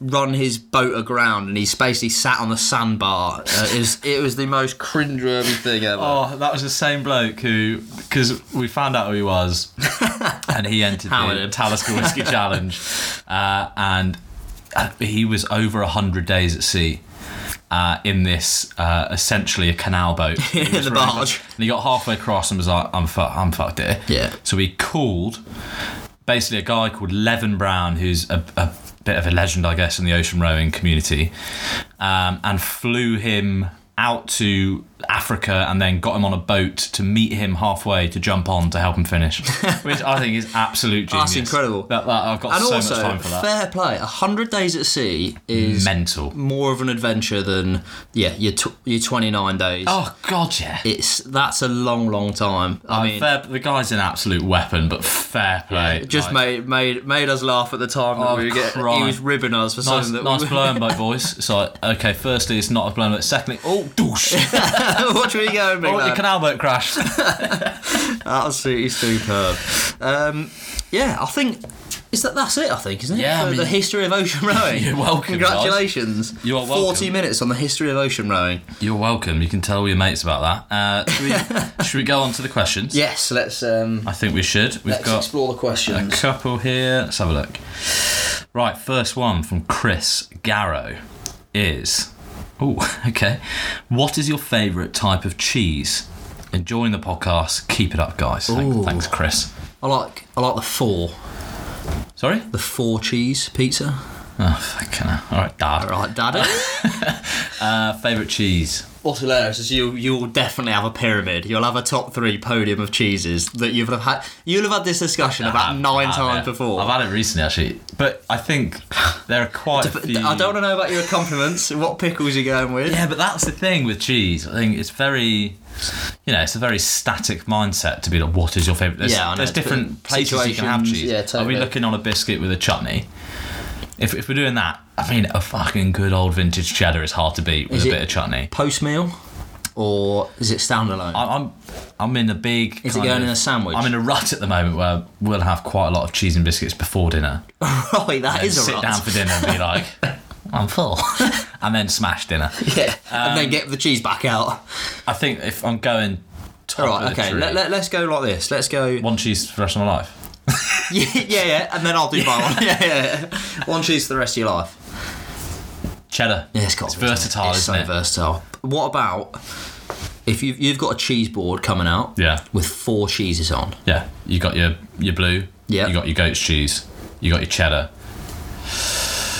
B: Run his boat aground, and he's basically sat on the sandbar. Uh, it, was, it was the most cringeworthy thing ever.
A: Oh, that was the same bloke who, because we found out who he was, and he entered
B: Hammered
A: the
B: him.
A: Talisker Whiskey Challenge, uh, and uh, he was over hundred days at sea. Uh, in this, uh, essentially a canal boat, He
B: In
A: was
B: the
A: rowing-
B: barge.
A: and he got halfway across and was like, "I'm fucked, I'm fucked here."
B: Yeah.
A: So he called, basically a guy called Levin Brown, who's a, a bit of a legend, I guess, in the ocean rowing community, um, and flew him out to Africa and then got him on a boat to meet him halfway to jump on to help him finish, which I think is absolute genius.
B: That's incredible.
A: That, that- I've got
B: and
A: so
B: also,
A: much time for that.
B: fair play. hundred days at sea is
A: Mental.
B: more of an adventure than yeah your tw- your 29 days
A: Oh god, yeah.
B: it's that's a long long time i mean
A: fair, the guy's an absolute weapon, but fair play.
B: it just
A: Like,
B: made made made us laugh at the time that
A: Oh,
B: we were getting,
A: crime.
B: he was ribbing us for
A: Nice,
B: something that
A: nice
B: we,
A: blowing boat, boys. It's like, okay, firstly, it's not a blowing boat. Secondly, oh, douche.
B: watch where you going big
A: Oh, the
B: lad.
A: canal boat crash.
B: absolutely superb um yeah i think is that that's it i think isn't it
A: Yeah, I
B: For
A: mean-
B: the history of ocean rowing
A: You're welcome,
B: congratulations
A: You are
B: 40
A: welcome.
B: minutes on the history of ocean rowing
A: You're welcome. You can tell all your mates about that. Uh, should, we, should we go on to the questions?
B: yes let's um
A: I think we should. We've
B: let's
A: got
B: explore the
A: a
B: questions
A: couple here. Let's have a look. Right, first one from Chris Garrow is. Oh, okay. What is your favourite type of cheese? Enjoying the podcast. Keep it up, guys. Thank-
B: Ooh.
A: thanks, Chris.
B: i like i like the four
A: Sorry?
B: the four cheese pizza
A: Oh, fucking hell. All right, dad.
B: Right, Dad.
A: Uh, favourite cheese?
B: What's hilarious is you you'll definitely have a pyramid. You'll have a top three podium of cheeses that you've had. You'll have had this discussion about
A: I've-
B: nine
A: I've-
B: times
A: yeah.
B: before.
A: I've had it recently, actually. But I think there are quite a
B: But
A: few.
B: I don't want to know about your compliments. what pickles you're going with?
A: Yeah, but that's the thing with cheese. I think it's very, you know, it's a very static mindset to be like, what is your favourite? There's,
B: Yeah, I know,
A: there's
B: it's
A: different places you can have
B: situations,
A: cheese.
B: yeah, totally.
A: Are we looking on a biscuit with a chutney? If, if we're doing that, I mean, a fucking good old vintage cheddar is hard to beat with
B: Is
A: a
B: it-
A: bit of chutney.
B: Post meal, or is it standalone?
A: I- I'm, I'm in a big.
B: Is it
A: kind
B: going
A: of-
B: in a sandwich?
A: I'm in a rut at the moment where we'll have quite a lot of cheese and biscuits before dinner.
B: right, that
A: And
B: is a
A: sit
B: rut.
A: down for dinner and be like, I'm full, and then smash dinner.
B: Yeah, and
A: Um,
B: then get the cheese back out.
A: I think if I'm going. Top
B: All
A: of
B: right,
A: the
B: okay.
A: tree-
B: Let, let, us go like this. Let's go.
A: one cheese for the rest of my life.
B: yeah, yeah, yeah, and then I'll do my one. Yeah, yeah, yeah. One cheese for the rest of your life.
A: Cheddar.
B: Yeah, it's got
A: it's
B: to be, isn't it?
A: versatile,
B: It's
A: isn't
B: so
A: it?
B: versatile. But what about if you've you've got a cheese board coming out?
A: Yeah.
B: With four cheeses on.
A: yeah, you got your your blue.
B: Yeah.
A: You got your goat's cheese. You got your cheddar.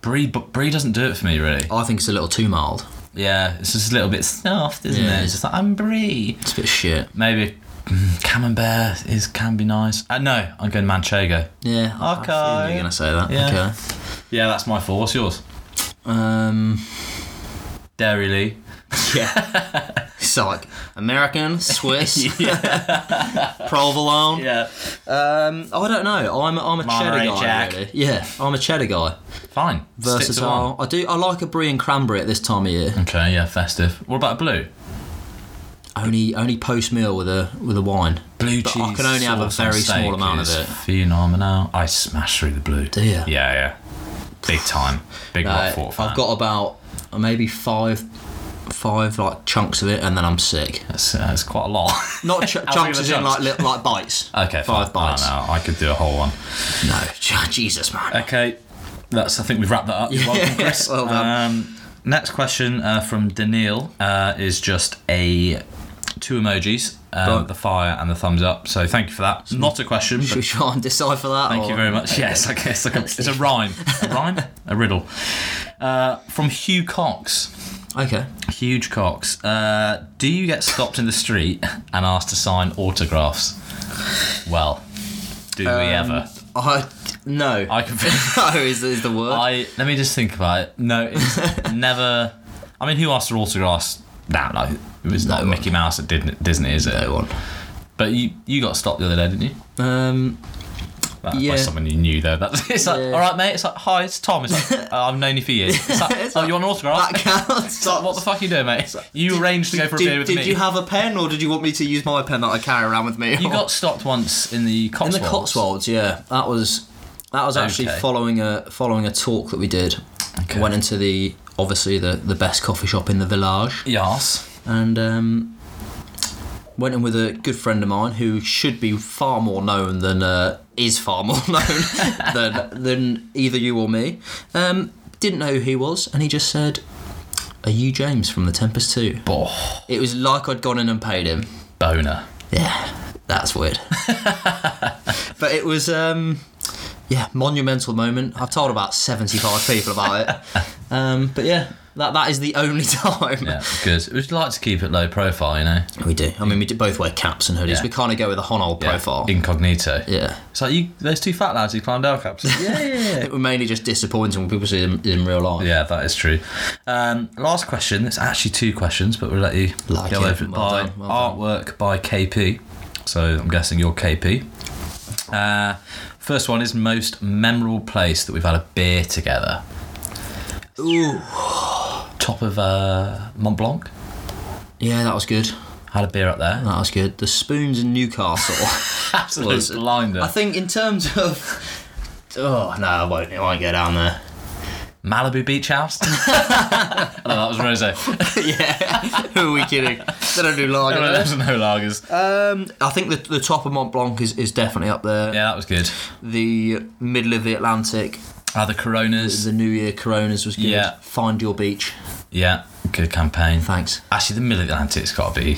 A: Brie, but brie doesn't do it for me really.
B: I think it's a little too mild.
A: Yeah, it's just a little bit soft, isn't
B: Yeah.
A: it? It's just like I'm brie.
B: It's a bit shit.
A: Maybe mm, camembert is can be nice. Uh, no, I'm going manchego.
B: Yeah. I- I assume
A: Okay.
B: You're gonna say that.
A: Yeah.
B: Okay.
A: Yeah, that's my four. What's yours?
B: Um.
A: Dairy Lee.
B: Yeah. it's like American, Swiss, provolone.
A: Yeah.
B: Um. I don't know. I'm I'm a cheddar
A: Monterey
B: guy.
A: Jack.
B: Really. Yeah. I'm a cheddar guy.
A: Fine. Stick to
B: Versatile.
A: one.
B: I do. I like a brie and cranberry at this time of year.
A: Okay, yeah, festive. What about blue?
B: Only only post meal with a with a wine.
A: blue
B: But
A: cheese.
B: I can only have a
A: sauce on
B: very
A: steak
B: small amount of
A: is
B: it.
A: Phenomenal. I smash through the blue.
B: Do ya?
A: Yeah, yeah. Big time. Big
B: Uh,
A: Rock Fort fan.
B: I've got about uh, maybe five, five like chunks of it, and then I'm sick.
A: That's, that's quite a lot.
B: Not ch-
A: How big
B: chunks
A: are
B: as
A: the
B: in like
A: chunks?
B: li- like bites.
A: okay,
B: five
A: fine. I
B: bites.
A: don't know, I could do a whole one.
B: No, j- Jesus man.
A: Okay, that's. I think we've wrapped that up. You're welcome, Chris.
B: well done.
A: Um, next question uh, from Daniil uh, is just a two emojis, um,
B: Done.
A: the fire and the thumbs up. So thank you for that. Not a question.
B: Should we
A: But
B: try and decipher that?
A: thank you
B: or-
A: very much. Yes, I guess I can- it's a rhyme. A rhyme? A riddle. Uh, from Hugh Cox.
B: Okay.
A: Huge Cox. Uh, do you get stopped in the street and asked to sign autographs? Well, do we ever?
B: I no.
A: I can.
B: no is, is the word.
A: I let me just think about it. No, it's never. I mean, who asked for autographs? Nah, no, it was not
B: one.
A: Mickey Mouse at Disney, Disney, is it?
B: No one.
A: But you you got stopped the other day, didn't you?
B: Um,
A: That,
B: Yeah.
A: By someone you knew though. That's it's like,
B: Yeah.
A: all right, mate. It's like, hi, it's Tom. It's like, "Oh, I've known you for years. It's like,
B: It's
A: oh,
B: like-
A: you want an autograph?
B: that counts.
A: It's like, what the fuck are you doing, mate? You arranged to go for a
B: did,
A: beer with
B: did
A: me.
B: you have a pen, or did you want me to use my pen that I carry around with me?
A: You
B: or-
A: got stopped once in the
B: in
A: Cotswolds.
B: the Cotswolds. Yeah, that was that was actually
A: Okay.
B: following a following a talk that we did.
A: Okay.
B: Went into the obviously the the best coffee shop in the village,
A: Yes.
B: and um, went in with a good friend of mine who should be far more known than uh, is far more known than than either you or me. Um, didn't know who he was, and he just said. Are you James from The Tempest 2?
A: Oh,
B: It was like I'd gone in and paid him.
A: boner.
B: Yeah, that's weird. but it was, um, yeah, monumental moment. I've told about seventy-five people about it. Um, but yeah, that that is the only time
A: Yeah, good. We'd like to keep it low profile, you know.
B: we do. I mean, we do both wear caps and hoodies.
A: Yeah.
B: We kind of go with a Honol
A: Yeah,
B: profile.
A: Incognito.
B: Yeah.
A: It's like you, those two fat lads who climbed our caps. Yeah, yeah, yeah.
B: We're mainly just disappointing when people see them in real life.
A: Yeah, that is true. Um, last question. It's actually two questions, but we'll let you
B: Like
A: go
B: it.
A: over it.
B: Well
A: by
B: done, well done.
A: artwork by KP. So I'm guessing you're KP. Uh, first one is most memorable place that we've had a beer together.
B: Ooh.
A: Top of uh, Mont Blanc.
B: Yeah, that was good.
A: Had a beer up there.
B: That was good. The spoons in Newcastle.
A: Absolute
B: was-
A: blinder.
B: I think in terms of. Oh no, I won't. I won't go down there.
A: Malibu Beach House. no, that was Rose.
B: yeah, who are we kidding? They don't do lager. do
A: No,
B: they?
A: there's no lagers.
B: Um, I think the, the top of Mont Blanc is, is definitely up there.
A: yeah, that was good.
B: The middle of the Atlantic,
A: Uh, the Coronas.
B: the New Year Coronas was good.
A: Yeah.
B: Find your beach.
A: Yeah, good campaign.
B: Thanks.
A: Actually, the Middle Atlantic's got to be.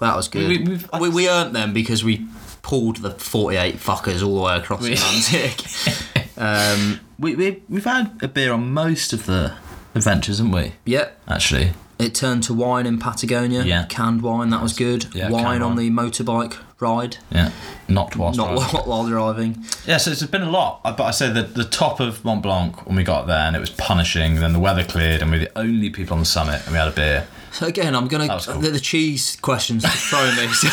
B: That was good.
A: We-
B: We,
A: we've-
B: we, earned them because we pulled the 48 fuckers all the way across the Atlantic. Um,
A: We, we, we've had a beer on most of the adventures, haven't we?
B: yep.
A: Actually.
B: It turned to wine in Patagonia.
A: Yeah.
B: Canned wine, that was good.
A: Yeah,
B: wine
A: canned wine.
B: on the motorbike ride.
A: Yeah. Not whilst
B: Not
A: driving.
B: while, while driving.
A: Yeah, so it's been a lot. uh, But I said that the top of Mont Blanc when we got there and it was punishing, then the weather cleared and we were the only people on the summit and we had a beer.
B: So again, I'm gonna
A: was cool.
B: the, the cheese questions are throwing me. So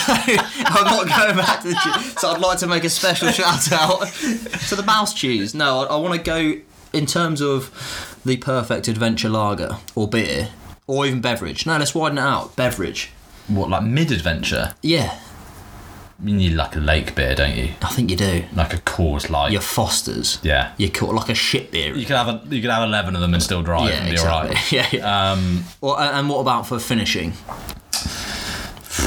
B: I'm not going back to the cheese. So I'd like to make a special shout out to the mouse cheese. No, I, I want to go in terms of the perfect adventure lager or beer or even beverage. No, let's widen it out. Beverage.
A: What, like mid adventure?
B: Yeah,
A: You need like a lake beer, don't you?
B: I think you do.
A: Like a Coors Light.
B: Your Fosters.
A: Yeah.
B: You're cool, like a shit beer.
A: You can have a, you can have eleven of them and still drive
B: yeah,
A: and be
B: exactly.
A: alright. Um,
B: Yeah, yeah. Or- and and what about for finishing?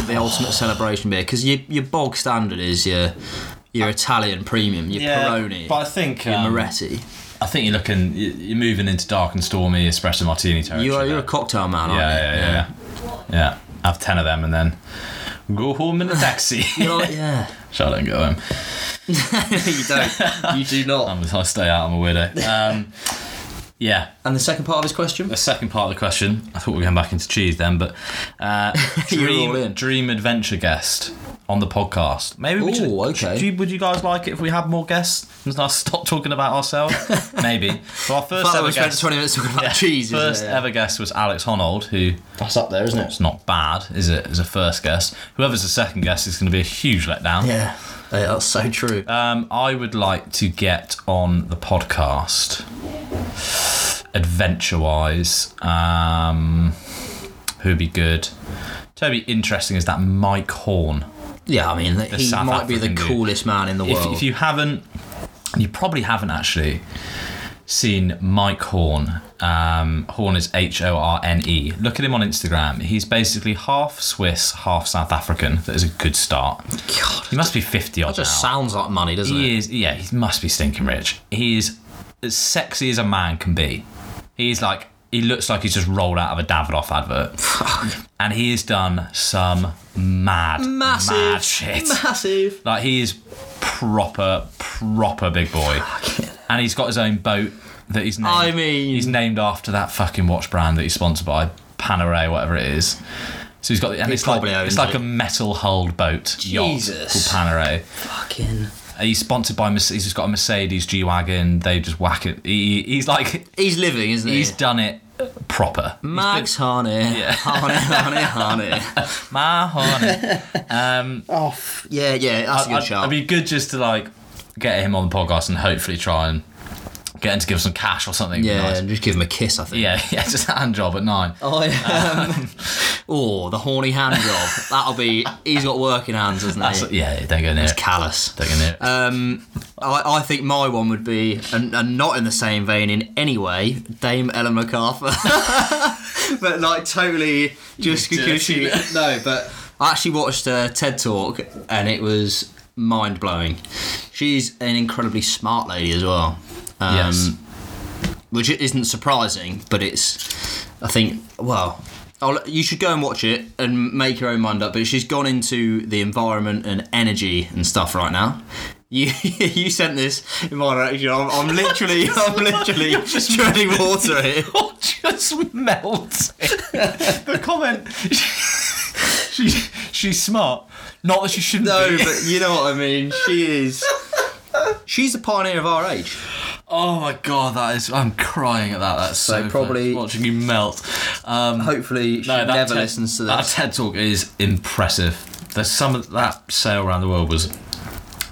B: The ultimate celebration beer, because your, your bog standard is your your Italian premium, your Peroni,
A: but I think
B: your
A: um,
B: Moretti.
A: I think you're looking you- you're moving into dark and stormy espresso martini territory.
B: You are
A: there.
B: you're a cocktail man,
A: yeah,
B: aren't you?
A: yeah, yeah, yeah, yeah. Have ten of them and then go home in a taxi.
B: You're like, yeah.
A: Shall I go home?
B: you don't. You do not.
A: I'm, I stay out. I'm a weirdo. Um, yeah.
B: And the second part of his question.
A: The second part of the question, I thought we were going back into cheese then, but uh,
B: You're
A: dream
B: all in.
A: dream adventure guest on the podcast. Maybe we
B: Ooh,
A: should.
B: okay.
A: should you- would you guys like it if we had more guests and I stop talking about ourselves? Maybe. But our first
B: That
A: ever
B: we spent
A: guest,
B: 20 minutes talking about cheese. isn't
A: first
B: it?
A: ever guest was Alex Honold, who
B: That's up there, isn't it?
A: it's not bad, is it? As a first guest, whoever's the second guest is going to be a huge letdown.
B: Yeah. Yeah, that's so true.
A: Um, I would like to get on the podcast, adventure wise. Um, who'd be good? Toby, interesting is that Mike Horn.
B: yeah, I mean, he
A: South
B: might be the
A: African dude.
B: coolest man in the
A: If,
B: world.
A: if you haven't, you probably haven't actually seen Mike Horn. Um, Horn is H O R N E. Look at him on Instagram. He's basically half Swiss, half South African. That is a good start.
B: God,
A: He must be 50 odd
B: that just
A: now.
B: sounds like money, doesn't it?
A: He is, yeah, he must be stinking rich. He is as sexy as a man can be. He's like, he looks like he's just rolled out of a Davidoff advert. and he has done some mad,
B: Massive.
A: mad shit.
B: Massive.
A: Like he is proper, proper big boy. And he's got his own boat that he's named.
B: I mean-
A: he's named after that fucking watch brand that he's sponsored by, Panerai, whatever it is. So he's got, and it's like
B: probably owns
A: it's like
B: it.
A: a metal hulled boat yacht
B: Jesus.
A: called Panerai.
B: Fucking.
A: He's sponsored by Merce- he's just got a Mercedes G wagon. They just whack it. He, he's like
B: He's living, isn't he?
A: he's done it proper.
B: Max Harney. Yeah. Harney, Harney, Harney.
A: My honey.
B: Oh, f- yeah, yeah, that's a good
A: I'd,
B: shout.
A: I'd be good just to like get him on the podcast and hopefully try and get him to give us some cash or something.
B: yeah,
A: Nice.
B: and just give him a kiss, I think.
A: yeah, yeah, just a hand job at nine.
B: Oh, yeah. oh, the horny hand job. That'll be. He's got working hands, hasn't
A: That's,
B: he?
A: yeah, don't go near
B: He's
A: it.
B: callous.
A: Don't go near it.
B: Um, I, I think my one would be, and, and not in the same vein in any way, Dame Ellen MacArthur. but like totally just
A: dirty
B: because she. No, but I actually watched a TED talk and it was mind blowing. She's an incredibly smart lady as well. Um,
A: yes.
B: Which isn't surprising, but it's. I think, well. I'll, you should go and watch it and make your own mind up. But she's gone into the environment and energy and stuff right now. You you sent this in my direction. I'm, I'm literally I'm literally treading water here.
A: Or just melt. the comment. She, she's smart. Not that she shouldn't
B: No,
A: be.
B: but you know what I mean. She is. She's a pioneer of our age.
A: Oh my god, that is. I'm crying at that. That's so,
B: So probably-
A: funny. watching you melt. Um,
B: Hopefully, she
A: No, that
B: never
A: TED-
B: listens to
A: That
B: this.
A: TED talk is impressive. The some of that sale around the world was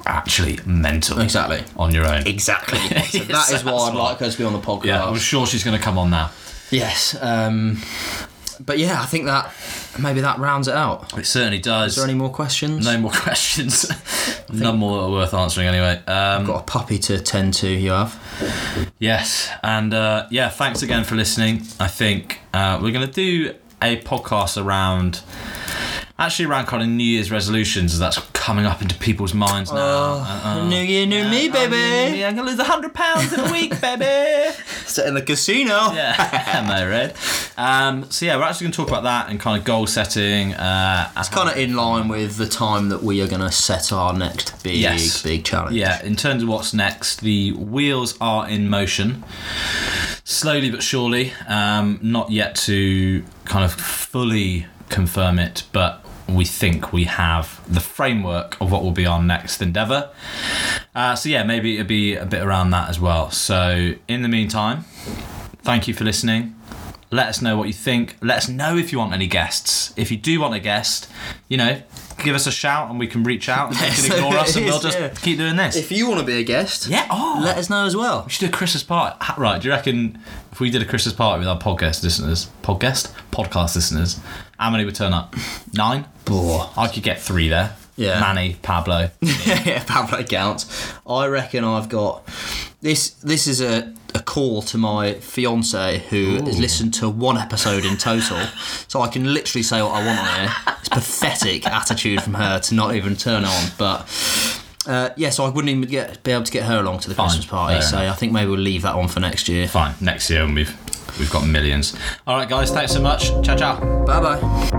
A: actually mental.
B: Exactly.
A: On your own.
B: Exactly. So that is
A: Yes,
B: why
A: that's why.
B: I'd like her to be on the podcast.
A: Yeah, I'm sure she's going to come on now.
B: Yes. Um, but yeah, I think that maybe that rounds it out. Is
A: It certainly does.
B: there any more questions?
A: no more questions. None more that are worth answering anyway. Um,
B: Got a puppy to tend to. You have.
A: Yes, and uh, yeah, thanks again for listening. I think uh, we're going to do a podcast around actually around kind of New Year's resolutions as that's coming up into people's minds now. Uh, uh,
B: new year, new me, baby.
A: I'm going to lose 100 pounds in a week, baby.
B: Set in the casino.
A: Yeah, am I right? Um, so yeah, we're actually going to talk about that and kind of goal setting. Uh, it's
B: Kind of in line with the time that we are going to set our next big,
A: Yes.
B: big challenge.
A: Yeah, in terms of what's next, the wheels are in motion. Slowly but surely. Um, not yet to kind of fully confirm it, but we think we have the framework of what will be our next endeavour. Uh, so, yeah, maybe it'll be a bit around that as well. So, in the meantime, thank you for listening. Let us know what you think. Let us know if you want any guests. If you do want a guest, you know, give us a shout and we can reach out and you can ignore us and we'll just
B: Yeah.
A: keep doing this.
B: If you want to be a guest,
A: Yeah. Oh.
B: let us know as well.
A: we should do a Christmas party. Ah, Right. Do you reckon if we did a Christmas party with our podcast listeners, podcast, podcast listeners, how many would turn up? Nine.
B: Boah.
A: I could get three there.
B: Yeah.
A: Manny, Pablo.
B: yeah, Pablo counts. I reckon I've got this. This is a, a call to my fiance who has listened to one episode in total, so I can literally say what I want on here. It's pathetic attitude from her to not even turn on, but. Uh, yeah, so I wouldn't even get be able to get her along to the Christmas party.
A: Fair
B: so
A: enough.
B: I think maybe we'll leave that on for next year.
A: Fine. Next year, and we've we've got millions. All right, guys. Thanks so much. Ciao, ciao.
B: Bye bye.